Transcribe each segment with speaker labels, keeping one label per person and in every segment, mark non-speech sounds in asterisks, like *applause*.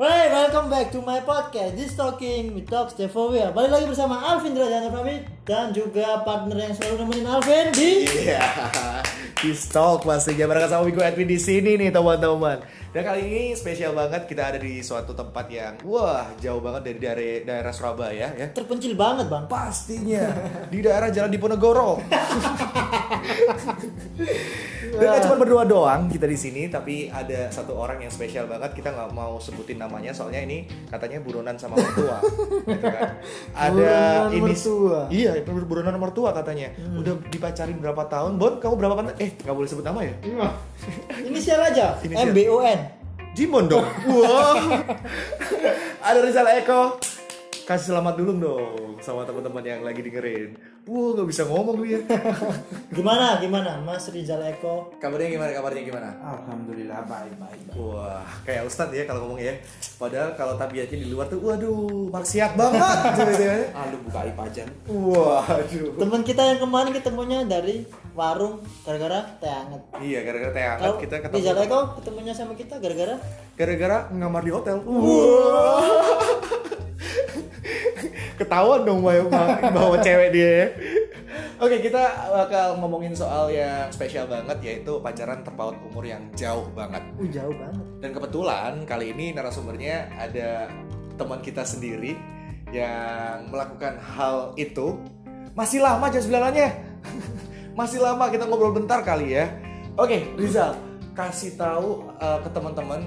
Speaker 1: Hey, welcome back to my podcast. This talking with talks Devovia. Balik lagi bersama Alvin Derajana Pamit dan juga partner yang selalu nemenin Alvin di
Speaker 2: Iya, di stok pastinya bareng sama Wigo Edwin di sini nih teman-teman. Dan kali ini spesial banget kita ada di suatu tempat yang wah jauh banget dari dari daerah Surabaya ya.
Speaker 1: terpencil banget bang.
Speaker 2: Pastinya di daerah Jalan Diponegoro. Dan gak cuma berdua doang kita di sini, tapi ada satu orang yang spesial banget. Kita nggak mau sebutin namanya, soalnya ini katanya buronan sama mertua. gitu kan. Ada
Speaker 1: Buronan
Speaker 2: ini
Speaker 1: mertua. Hmm.
Speaker 2: iya bur- buronan mertua katanya. Udah dipacarin berapa tahun, Bon? Kamu berapa tahun? Eh nggak boleh sebut nama ya?
Speaker 1: Inisial aja.
Speaker 2: Inisial.
Speaker 1: MBON.
Speaker 2: Jimon dong. *laughs* Wow. Ada Rizal Eko. Kasih selamat dulu dong sama teman-teman yang lagi dengerin. Wow, nggak bisa ngomong gue ya.
Speaker 1: Gimana gimana Mas Rizal Eko?
Speaker 3: *laughs* Kabarnya gimana? Kabarnya gimana?
Speaker 4: Alhamdulillah baik baik. baik.
Speaker 2: Wah, kayak Ustadz ya kalau ngomong ya. Padahal kalau tabiatnya di luar tuh, waduh, maksiat
Speaker 3: *laughs*
Speaker 2: banget. gitu ya.
Speaker 3: Ah, lu buka aib aja.
Speaker 2: Waduh.
Speaker 1: Teman kita yang kemarin ketemunya dari warung gara-gara teh anget.
Speaker 2: Iya, gara-gara teh hangat
Speaker 1: Kalau
Speaker 2: kita
Speaker 1: Rizal
Speaker 2: ketemu.
Speaker 1: Eko ketemunya sama kita gara-gara
Speaker 2: Gara-gara ngamar di hotel. Wah. *laughs* Ketahuan dong bawa, bawa cewek dia ya. Oke, kita bakal ngomongin soal yang spesial banget yaitu pacaran terpaut umur yang jauh banget.
Speaker 1: uh jauh banget.
Speaker 2: Dan kebetulan kali ini narasumbernya ada teman kita sendiri yang melakukan hal itu. Masih lama jam sembilanannya. *laughs* Masih lama kita ngobrol bentar kali ya. Oke, Rizal, kasih tahu uh, ke teman-teman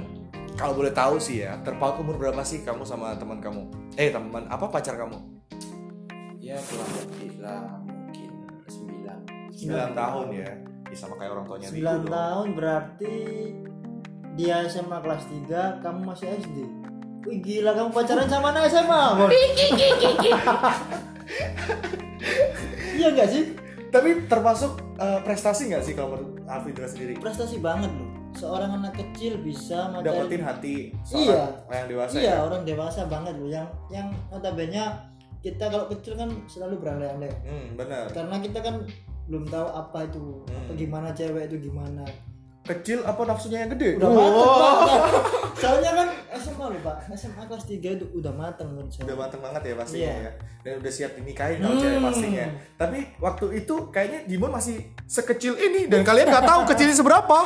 Speaker 2: kalau boleh tahu sih ya, terpaut umur berapa sih kamu sama teman kamu? Eh, teman apa pacar kamu?
Speaker 3: Ya kurang lebih lah mungkin 9
Speaker 2: 9 tahun ya. Ih, sama kayak orang tuanya
Speaker 1: 9
Speaker 2: Wigo dong.
Speaker 1: tahun berarti dia SMA kelas 3, kamu masih SD. Wih gila kamu pacaran sama anak SMA,
Speaker 2: *laughs*
Speaker 1: Bos. iya gak sih?
Speaker 2: Tapi termasuk uh, prestasi nggak sih kalau menurut Alfidra sendiri?
Speaker 1: Prestasi banget loh. Seorang anak kecil bisa
Speaker 2: Dapetin
Speaker 1: macarin
Speaker 2: hati seorang yang dewasa ya?
Speaker 1: Iya, orang dewasa banget loh yang yang notabene kita kalau kecil kan selalu berandai-andai.
Speaker 2: Hmm, benar.
Speaker 1: Karena kita kan belum tahu apa itu,
Speaker 2: Hmm.
Speaker 1: apa gimana cewek itu gimana.
Speaker 2: Kecil apa nafsunya yang gede?
Speaker 1: udah
Speaker 2: Wow.
Speaker 1: mateng Pak. soalnya kan SMA loh pak SMA kelas 3 itu udah mateng kan saya
Speaker 2: Udah mateng banget ya pastinya
Speaker 1: Iya.
Speaker 2: ya. Dan udah siap dinikahin kalau cewek
Speaker 1: Hmm.
Speaker 2: pastinya. Tapi waktu itu kayaknya Dimon masih sekecil ini dan kalian nggak tahu kecilnya seberapa.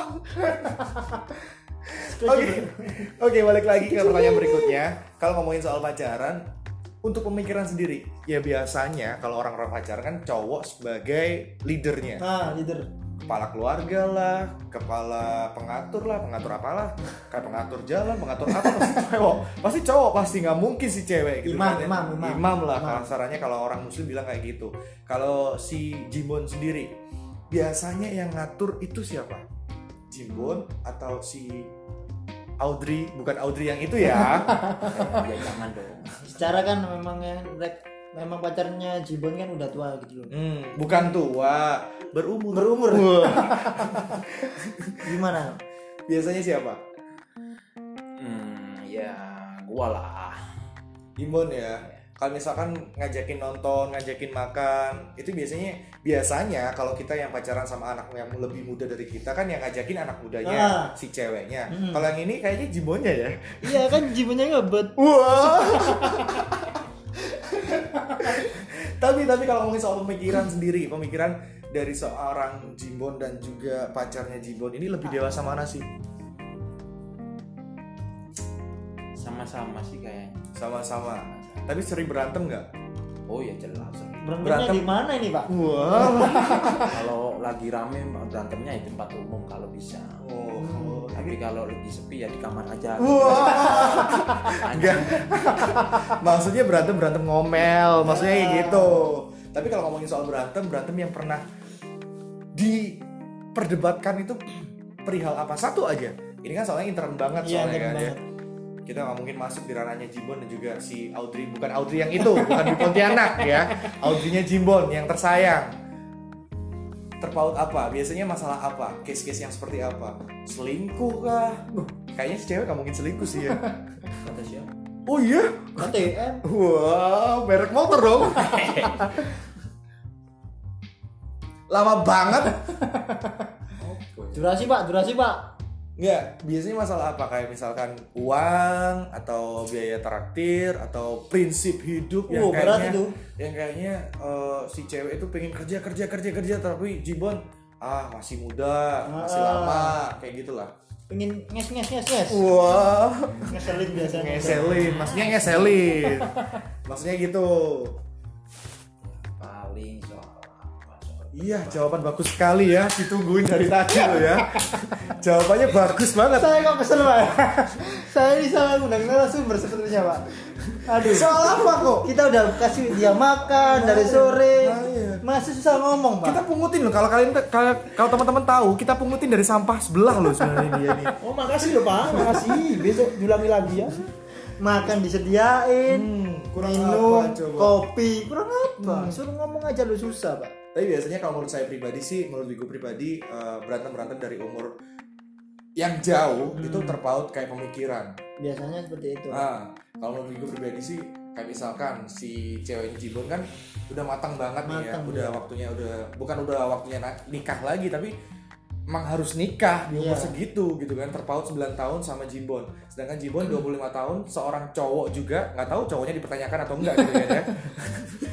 Speaker 2: Oke. *laughs* Oke, balik lagi ke pertanyaan berikutnya. Kalau ngomongin soal pacaran, untuk pemikiran sendiri, ya biasanya kalau orang-orang pacaran kan cowok sebagai leadernya.
Speaker 1: nah leader
Speaker 2: kepala keluarga lah, kepala pengatur lah, pengatur apalah, kayak pengatur jalan, pengatur apa pasti *laughs* cowok, pasti cowok pasti nggak mungkin si cewek gitu
Speaker 1: Imam,
Speaker 2: kan ya.
Speaker 1: imam, imam.
Speaker 2: lah
Speaker 1: Imam.
Speaker 2: kasarannya kalau orang muslim bilang kayak gitu. Kalau si Jimbon sendiri biasanya yang ngatur itu siapa? Jimbon atau si Audrey, bukan Audrey yang itu ya.
Speaker 3: *laughs*
Speaker 1: *laughs*
Speaker 3: Ya jangan dong.
Speaker 1: secara kan memang yang rek- memang pacarnya Jibon kan udah tua gitu loh
Speaker 2: Hmm, bukan tua, berumur.
Speaker 1: Berumur.
Speaker 2: Wah,
Speaker 1: gimana
Speaker 2: biasanya siapa?
Speaker 3: Hmm, ya gua lah.
Speaker 2: Imbon ya. Kalau misalkan ngajakin nonton, ngajakin makan, itu biasanya biasanya kalau kita yang pacaran sama anak yang lebih muda dari kita kan yang ngajakin anak
Speaker 1: Ah.
Speaker 2: mudanya, si ceweknya.
Speaker 1: Hmm.
Speaker 2: Kalau yang ini kayaknya jibonnya ya.
Speaker 1: iya kan Jibonnya ngebet
Speaker 2: Wah. *laughs* tapi tapi kalau ngomongin soal pemikiran sendiri, pemikiran dari seorang Jimbon dan juga pacarnya Jimbon ini lebih dewasa mana sih?
Speaker 3: Sama-sama sih kayaknya.
Speaker 2: Sama-sama. Tapi sering berantem nggak?
Speaker 3: Oh ya jelas.
Speaker 1: berantemnya
Speaker 2: Berantem.
Speaker 1: di mana ini pak
Speaker 2: Wah.
Speaker 3: *laughs* kalau lagi rame berantemnya ya di tempat umum kalau bisa.
Speaker 2: Oh,
Speaker 3: Tapi kalau lagi sepi ya di kamar aja.
Speaker 2: Wah,
Speaker 3: *laughs* Anjing.
Speaker 2: enggak. Maksudnya berantem berantem
Speaker 1: Iya.
Speaker 2: ngomel, maksudnya kayak gitu. Tapi kalau ngomongin soal berantem, berantem yang pernah diperdebatkan itu perihal apa satu aja. Ini kan soalnya intern banget
Speaker 1: iya
Speaker 2: soalnya
Speaker 1: keren
Speaker 2: kan ya.
Speaker 1: banget
Speaker 2: Kita nggak mungkin masuk di ranahnya Jimbon dan juga si Audrey, bukan Audrey yang itu, bukan di Pontianak ya. Audrey-nya Jimbon yang tersayang. Terpaut apa? Biasanya masalah apa? Case-case yang seperti apa? Selingkuh kah? Kayaknya si cewek nggak mungkin selingkuh
Speaker 1: *laughs*
Speaker 2: sih ya.
Speaker 3: Kata siapa?
Speaker 2: Oh iya?
Speaker 1: KTM
Speaker 2: Wow, merek motor dong. Lama banget.
Speaker 1: durasi pak durasi pak
Speaker 2: Enggak, biasanya masalah apa? Kayak misalkan uang atau biaya traktir atau prinsip hidup
Speaker 1: Uh,
Speaker 2: yang
Speaker 1: berat
Speaker 2: kayaknya
Speaker 1: itu.
Speaker 2: yang kayaknya eh, si cewek itu pengen kerja kerja kerja kerja tapi jibon ah masih muda, masih
Speaker 1: Ah.
Speaker 2: lama, kayak gitulah.
Speaker 1: pengen nges nges nges nges
Speaker 2: Uh. Wah,
Speaker 1: ngeselin biasanya
Speaker 2: ngeselin, maksudnya ngeselin. maksudnya gitu.
Speaker 3: paling soal apa soal
Speaker 2: Iya, jawaban bagus sekali ya. Ditungguin dari tadi loh ya. Jawabannya bagus banget.
Speaker 1: saya kok kesel pak saya ini salah undang narasumber sepertinya pak aduh
Speaker 2: Soal apa kok?
Speaker 1: kita udah kasih dia makan dari sore
Speaker 2: Nah, iya.
Speaker 1: masih susah ngomong pak
Speaker 2: Kita pungutin loh kalau kalian kalau, kalau teman-teman tahu, kita pungutin dari sampah sebelah loh sebenarnya ya, dia nih.
Speaker 1: oh makasih loh pak makasih besok diulangi lagi ya makan disediain
Speaker 2: Hmm, kurang
Speaker 1: minum
Speaker 2: apa coba? Hmm.
Speaker 1: kopi kurang apa suruh ngomong aja lu susah pak
Speaker 2: Tapi biasanya kalau menurut saya pribadi sih, menurut gue pribadi berantem berantem dari umur yang jauh itu terpaut kayak pemikiran.
Speaker 1: biasanya seperti itu
Speaker 2: Nah, kalau menurut gue pribadi sih kayak misalkan si cewek ini Jibon kan udah matang banget nih ya,
Speaker 1: Matang,
Speaker 2: udah
Speaker 1: iya.
Speaker 2: waktunya udah bukan udah waktunya na- nikah lagi tapi emang harus nikah di umur
Speaker 1: Iya.
Speaker 2: segitu gitu kan terpaut 9 tahun sama Jibon. Sedangkan Jibon 25 tahun seorang cowok juga nggak tahu cowoknya dipertanyakan atau enggak gitu
Speaker 1: *laughs*
Speaker 2: kan ya.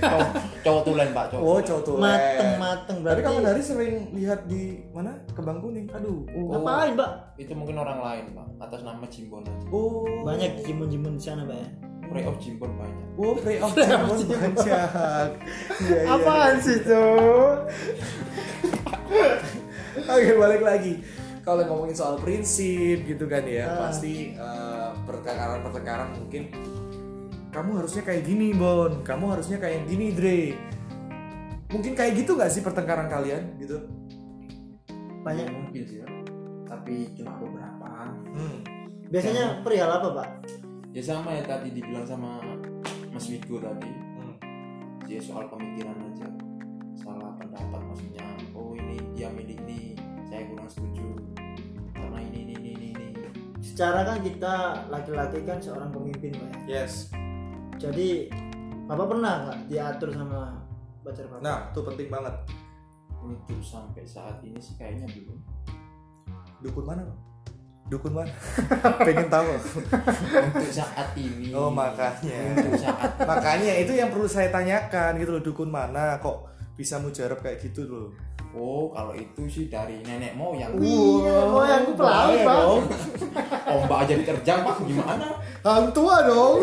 Speaker 5: cowok, cowok tulen pak cowok
Speaker 2: oh, cowok tulen.
Speaker 1: mateng mateng
Speaker 2: eh. Tapi
Speaker 1: berarti
Speaker 2: kamu dari sering lihat di mana? Kebang kuning. Aduh. Oh.
Speaker 1: ngapain pak
Speaker 5: itu mungkin orang lain pak atas nama Jimbon aja
Speaker 2: Oh.
Speaker 1: banyak jimun jimun di sana pak ya
Speaker 5: Prey of Jimbon banyak
Speaker 2: Oh, pray of Jibon banyak. Iya, iya,
Speaker 1: apaan sih tuh
Speaker 2: *laughs* Oke balik lagi kalau ngomongin soal prinsip gitu kan ya
Speaker 1: Ah.
Speaker 2: pasti eh, pertengkaran-pertengkaran mungkin kamu harusnya kayak gini Bon kamu harusnya kayak gini Dre mungkin kayak gitu nggak sih pertengkaran kalian gitu
Speaker 1: banyak
Speaker 3: mungkin sih ya. tapi cuma beberapa
Speaker 1: biasanya perihal apa pak
Speaker 5: ya sama ya tadi dibilang sama Mas Wigo tadi
Speaker 3: Hmm.
Speaker 5: ya soal pemikiran aja salah pendapat maksudnya oh ini dia milih ini saya kurang setuju karena ini ini ini ini, ini.
Speaker 1: secara kan kita laki-laki kan seorang pemimpin pak ya.
Speaker 2: yes
Speaker 1: jadi bapak pernah nggak diatur sama pacar bapak
Speaker 2: nah itu penting banget
Speaker 5: untuk sampai saat ini sih kayaknya belum
Speaker 2: dukun mana Bang? dukun mana *laughs* pengen tahu *laughs*
Speaker 5: untuk saat ini
Speaker 3: *laughs*
Speaker 2: Oh, makanya.
Speaker 5: untuk saat
Speaker 2: makanya itu yang perlu saya tanyakan gitu loh dukun mana kok bisa mujarab kayak gitu loh
Speaker 5: oh kalau itu sih dari nenek moyang
Speaker 1: Wih, nenek moyangku pelaut,
Speaker 2: bahaya
Speaker 1: Bang.
Speaker 2: dong.
Speaker 5: ombak aja diterjang pak gimana
Speaker 2: hang tua ah dong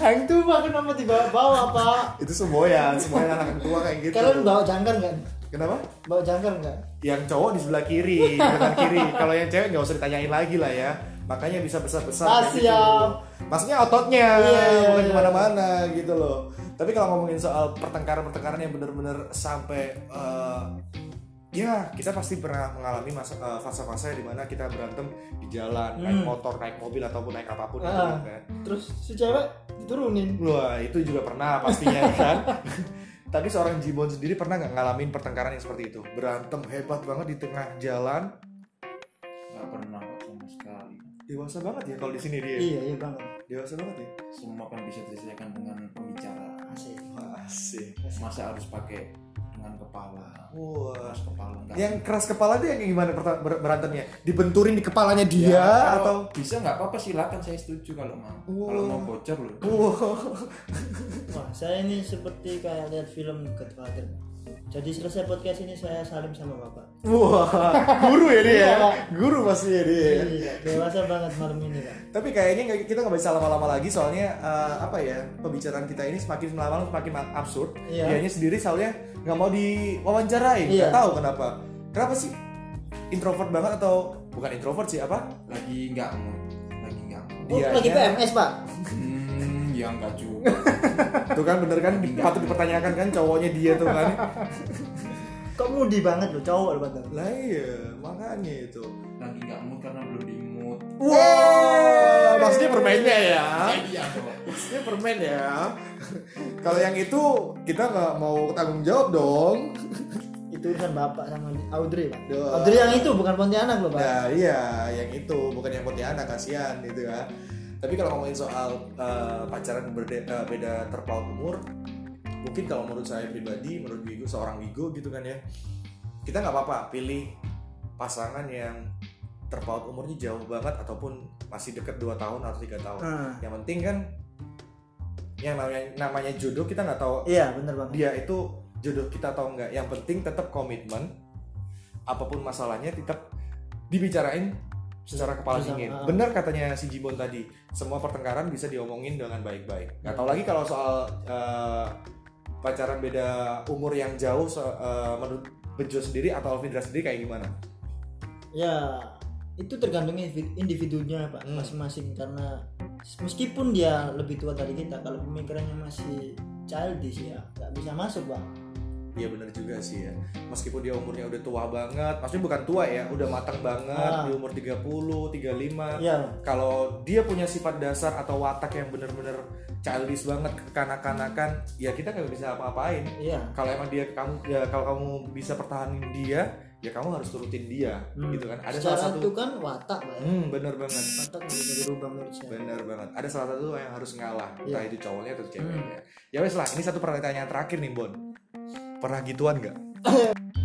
Speaker 1: Hang tuh Nah, pak kenapa dibawa-bawa pak
Speaker 2: itu semuanya semuanya anak tua kayak gitu
Speaker 1: kalian bawa jangkar nggak
Speaker 2: kenapa
Speaker 1: bawa jangkar nggak
Speaker 2: yang cowok di sebelah kiri kanan
Speaker 1: *laughs*
Speaker 2: kiri kalau yang cewek nggak usah ditanyain lagi lah ya makanya bisa besar besar
Speaker 1: Ah, siap.
Speaker 2: maksudnya ototnya
Speaker 1: Iya, iya,
Speaker 2: bukan
Speaker 1: iya.
Speaker 2: kemana-mana gitu loh tapi kalau ngomongin soal pertengkaran pertengkaran yang benar-benar sampai eh, ya kita pasti pernah mengalami masa eh, fase-fase di mana kita berantem di jalan naik
Speaker 1: Hmm.
Speaker 2: motor naik mobil ataupun naik apapun gitu
Speaker 1: Ah.
Speaker 2: kan
Speaker 1: terus si cewek diturunin
Speaker 2: Wah itu juga pernah
Speaker 5: *laughs*
Speaker 2: pastinya kan. Tapi seorang Jibon sendiri pernah nggak ngalamin pertengkaran yang seperti itu? Berantem hebat banget di tengah jalan.
Speaker 5: nggak pernah Pak, sama sekali
Speaker 2: Dewasa banget ya kalau di sini dia.
Speaker 1: iya iya banget
Speaker 2: Dewasa banget ya.
Speaker 5: semua kan bisa diselesaikan dengan pembicaraan
Speaker 1: asik
Speaker 2: Masih.
Speaker 5: masa harus pakai dengan kepala
Speaker 2: Wah.
Speaker 5: keras kepala enggak
Speaker 2: Yang keras kepala tuh yang gimana perta- ber- berantemnya? Dibenturin di kepalanya dia
Speaker 5: Ya, kalau
Speaker 2: atau?
Speaker 5: bisa nggak apa-apa silakan saya setuju kalau mau
Speaker 2: Wah.
Speaker 5: kalau mau bocor loh
Speaker 2: Wah.
Speaker 1: wah saya ini seperti kayak lihat film Godfather jadi selesai podcast ini saya salim sama bapak
Speaker 2: Wah. Guru ya dia.
Speaker 1: Iya, Pak.
Speaker 2: Guru pastinya dia. ya.
Speaker 1: iya dewasa banget malam ini pak
Speaker 2: Tapi kayaknya nggak- kita nggak bisa lama-lama lagi soalnya eh, apa ya pembicaraan kita ini semakin lama semakin ma- absurd.
Speaker 1: Iya.
Speaker 2: Dianya sendiri soalnya nggak mau diwawancarai, nggak
Speaker 1: Iya.
Speaker 2: tahu kenapa. Kenapa sih introvert banget atau bukan introvert sih apa?
Speaker 5: lagi nggak mood lagi nggak mood
Speaker 1: oh,
Speaker 2: Dianya-
Speaker 1: lagi PMS pak
Speaker 5: hmm ya nggak juga
Speaker 2: Tuh kan bener kan di- patut dipertanyakan kan cowoknya dia tuh kan.
Speaker 1: kok mudi banget loh cowok loh pak
Speaker 2: lah iya makanya itu.
Speaker 5: lagi nggak mood karena belum di mood
Speaker 2: Wah, maksudnya permainnya ya.
Speaker 5: iya dong.
Speaker 2: Maksudnya permen ya. Kalau yang itu kita nggak mau tanggung jawab dong.
Speaker 1: itu urusan bapak sama Audrey pak
Speaker 2: Duh.
Speaker 1: Audrey yang itu bukan Pontianak loh pak
Speaker 2: Nah iya yang itu bukan yang Pontianak kasihan gitu ya. Tapi kalau ngomongin soal eh, pacaran berde- eh, beda terpaut umur, mungkin kalau menurut saya pribadi, menurut Wigo seorang Wigo gitu kan ya, kita nggak apa-apa pilih pasangan yang terpaut umurnya jauh banget ataupun masih deket 2 tahun atau tiga tahun
Speaker 1: Ah,
Speaker 2: yang penting kan yang namanya, namanya jodoh kita nggak tahu
Speaker 1: iya bener banget
Speaker 2: dia itu jodoh kita atau enggak yang penting tetap komitmen apapun masalahnya tetap dibicarain secara kepala
Speaker 1: Bersama.
Speaker 2: dingin benar katanya si Jibon tadi semua pertengkaran bisa diomongin dengan baik-baik nggak tahu lagi kalau soal eh, pacaran beda umur yang jauh so- eh, menurut Bejo sendiri atau Alvindra sendiri kayak gimana
Speaker 1: ya itu tergantung indivi- individunya pak
Speaker 2: Hmm.
Speaker 1: masing-masing karena meskipun dia lebih tua dari kita kalau pemikirannya masih childish ya nggak bisa masuk pak
Speaker 2: Iya bener juga sih ya Meskipun dia umurnya udah tua banget Maksudnya bukan tua ya Udah matang banget
Speaker 1: Ah.
Speaker 2: Di umur 30, 35
Speaker 1: ya
Speaker 2: Kalau dia punya sifat dasar atau watak yang bener-bener childish banget Kekanak-kanakan Ya kita nggak bisa apa-apain
Speaker 1: iya
Speaker 2: Kalau emang dia kamu ya, Kalau kamu bisa pertahanin dia Ya kamu harus turutin dia
Speaker 1: Hmm.
Speaker 2: Gitu kan Ada
Speaker 1: secara
Speaker 2: salah satu
Speaker 1: itu kan watak pak ya.
Speaker 2: Hmm bener banget
Speaker 1: watak nggak bisa dirubah menurut saya
Speaker 2: Bener banget. Ada salah satu yang harus ngalah,
Speaker 1: Iya.
Speaker 2: entah itu cowoknya atau ceweknya. Ya wes lah, ini satu pertanyaan terakhir nih, Bon. Pernah gituan nggak?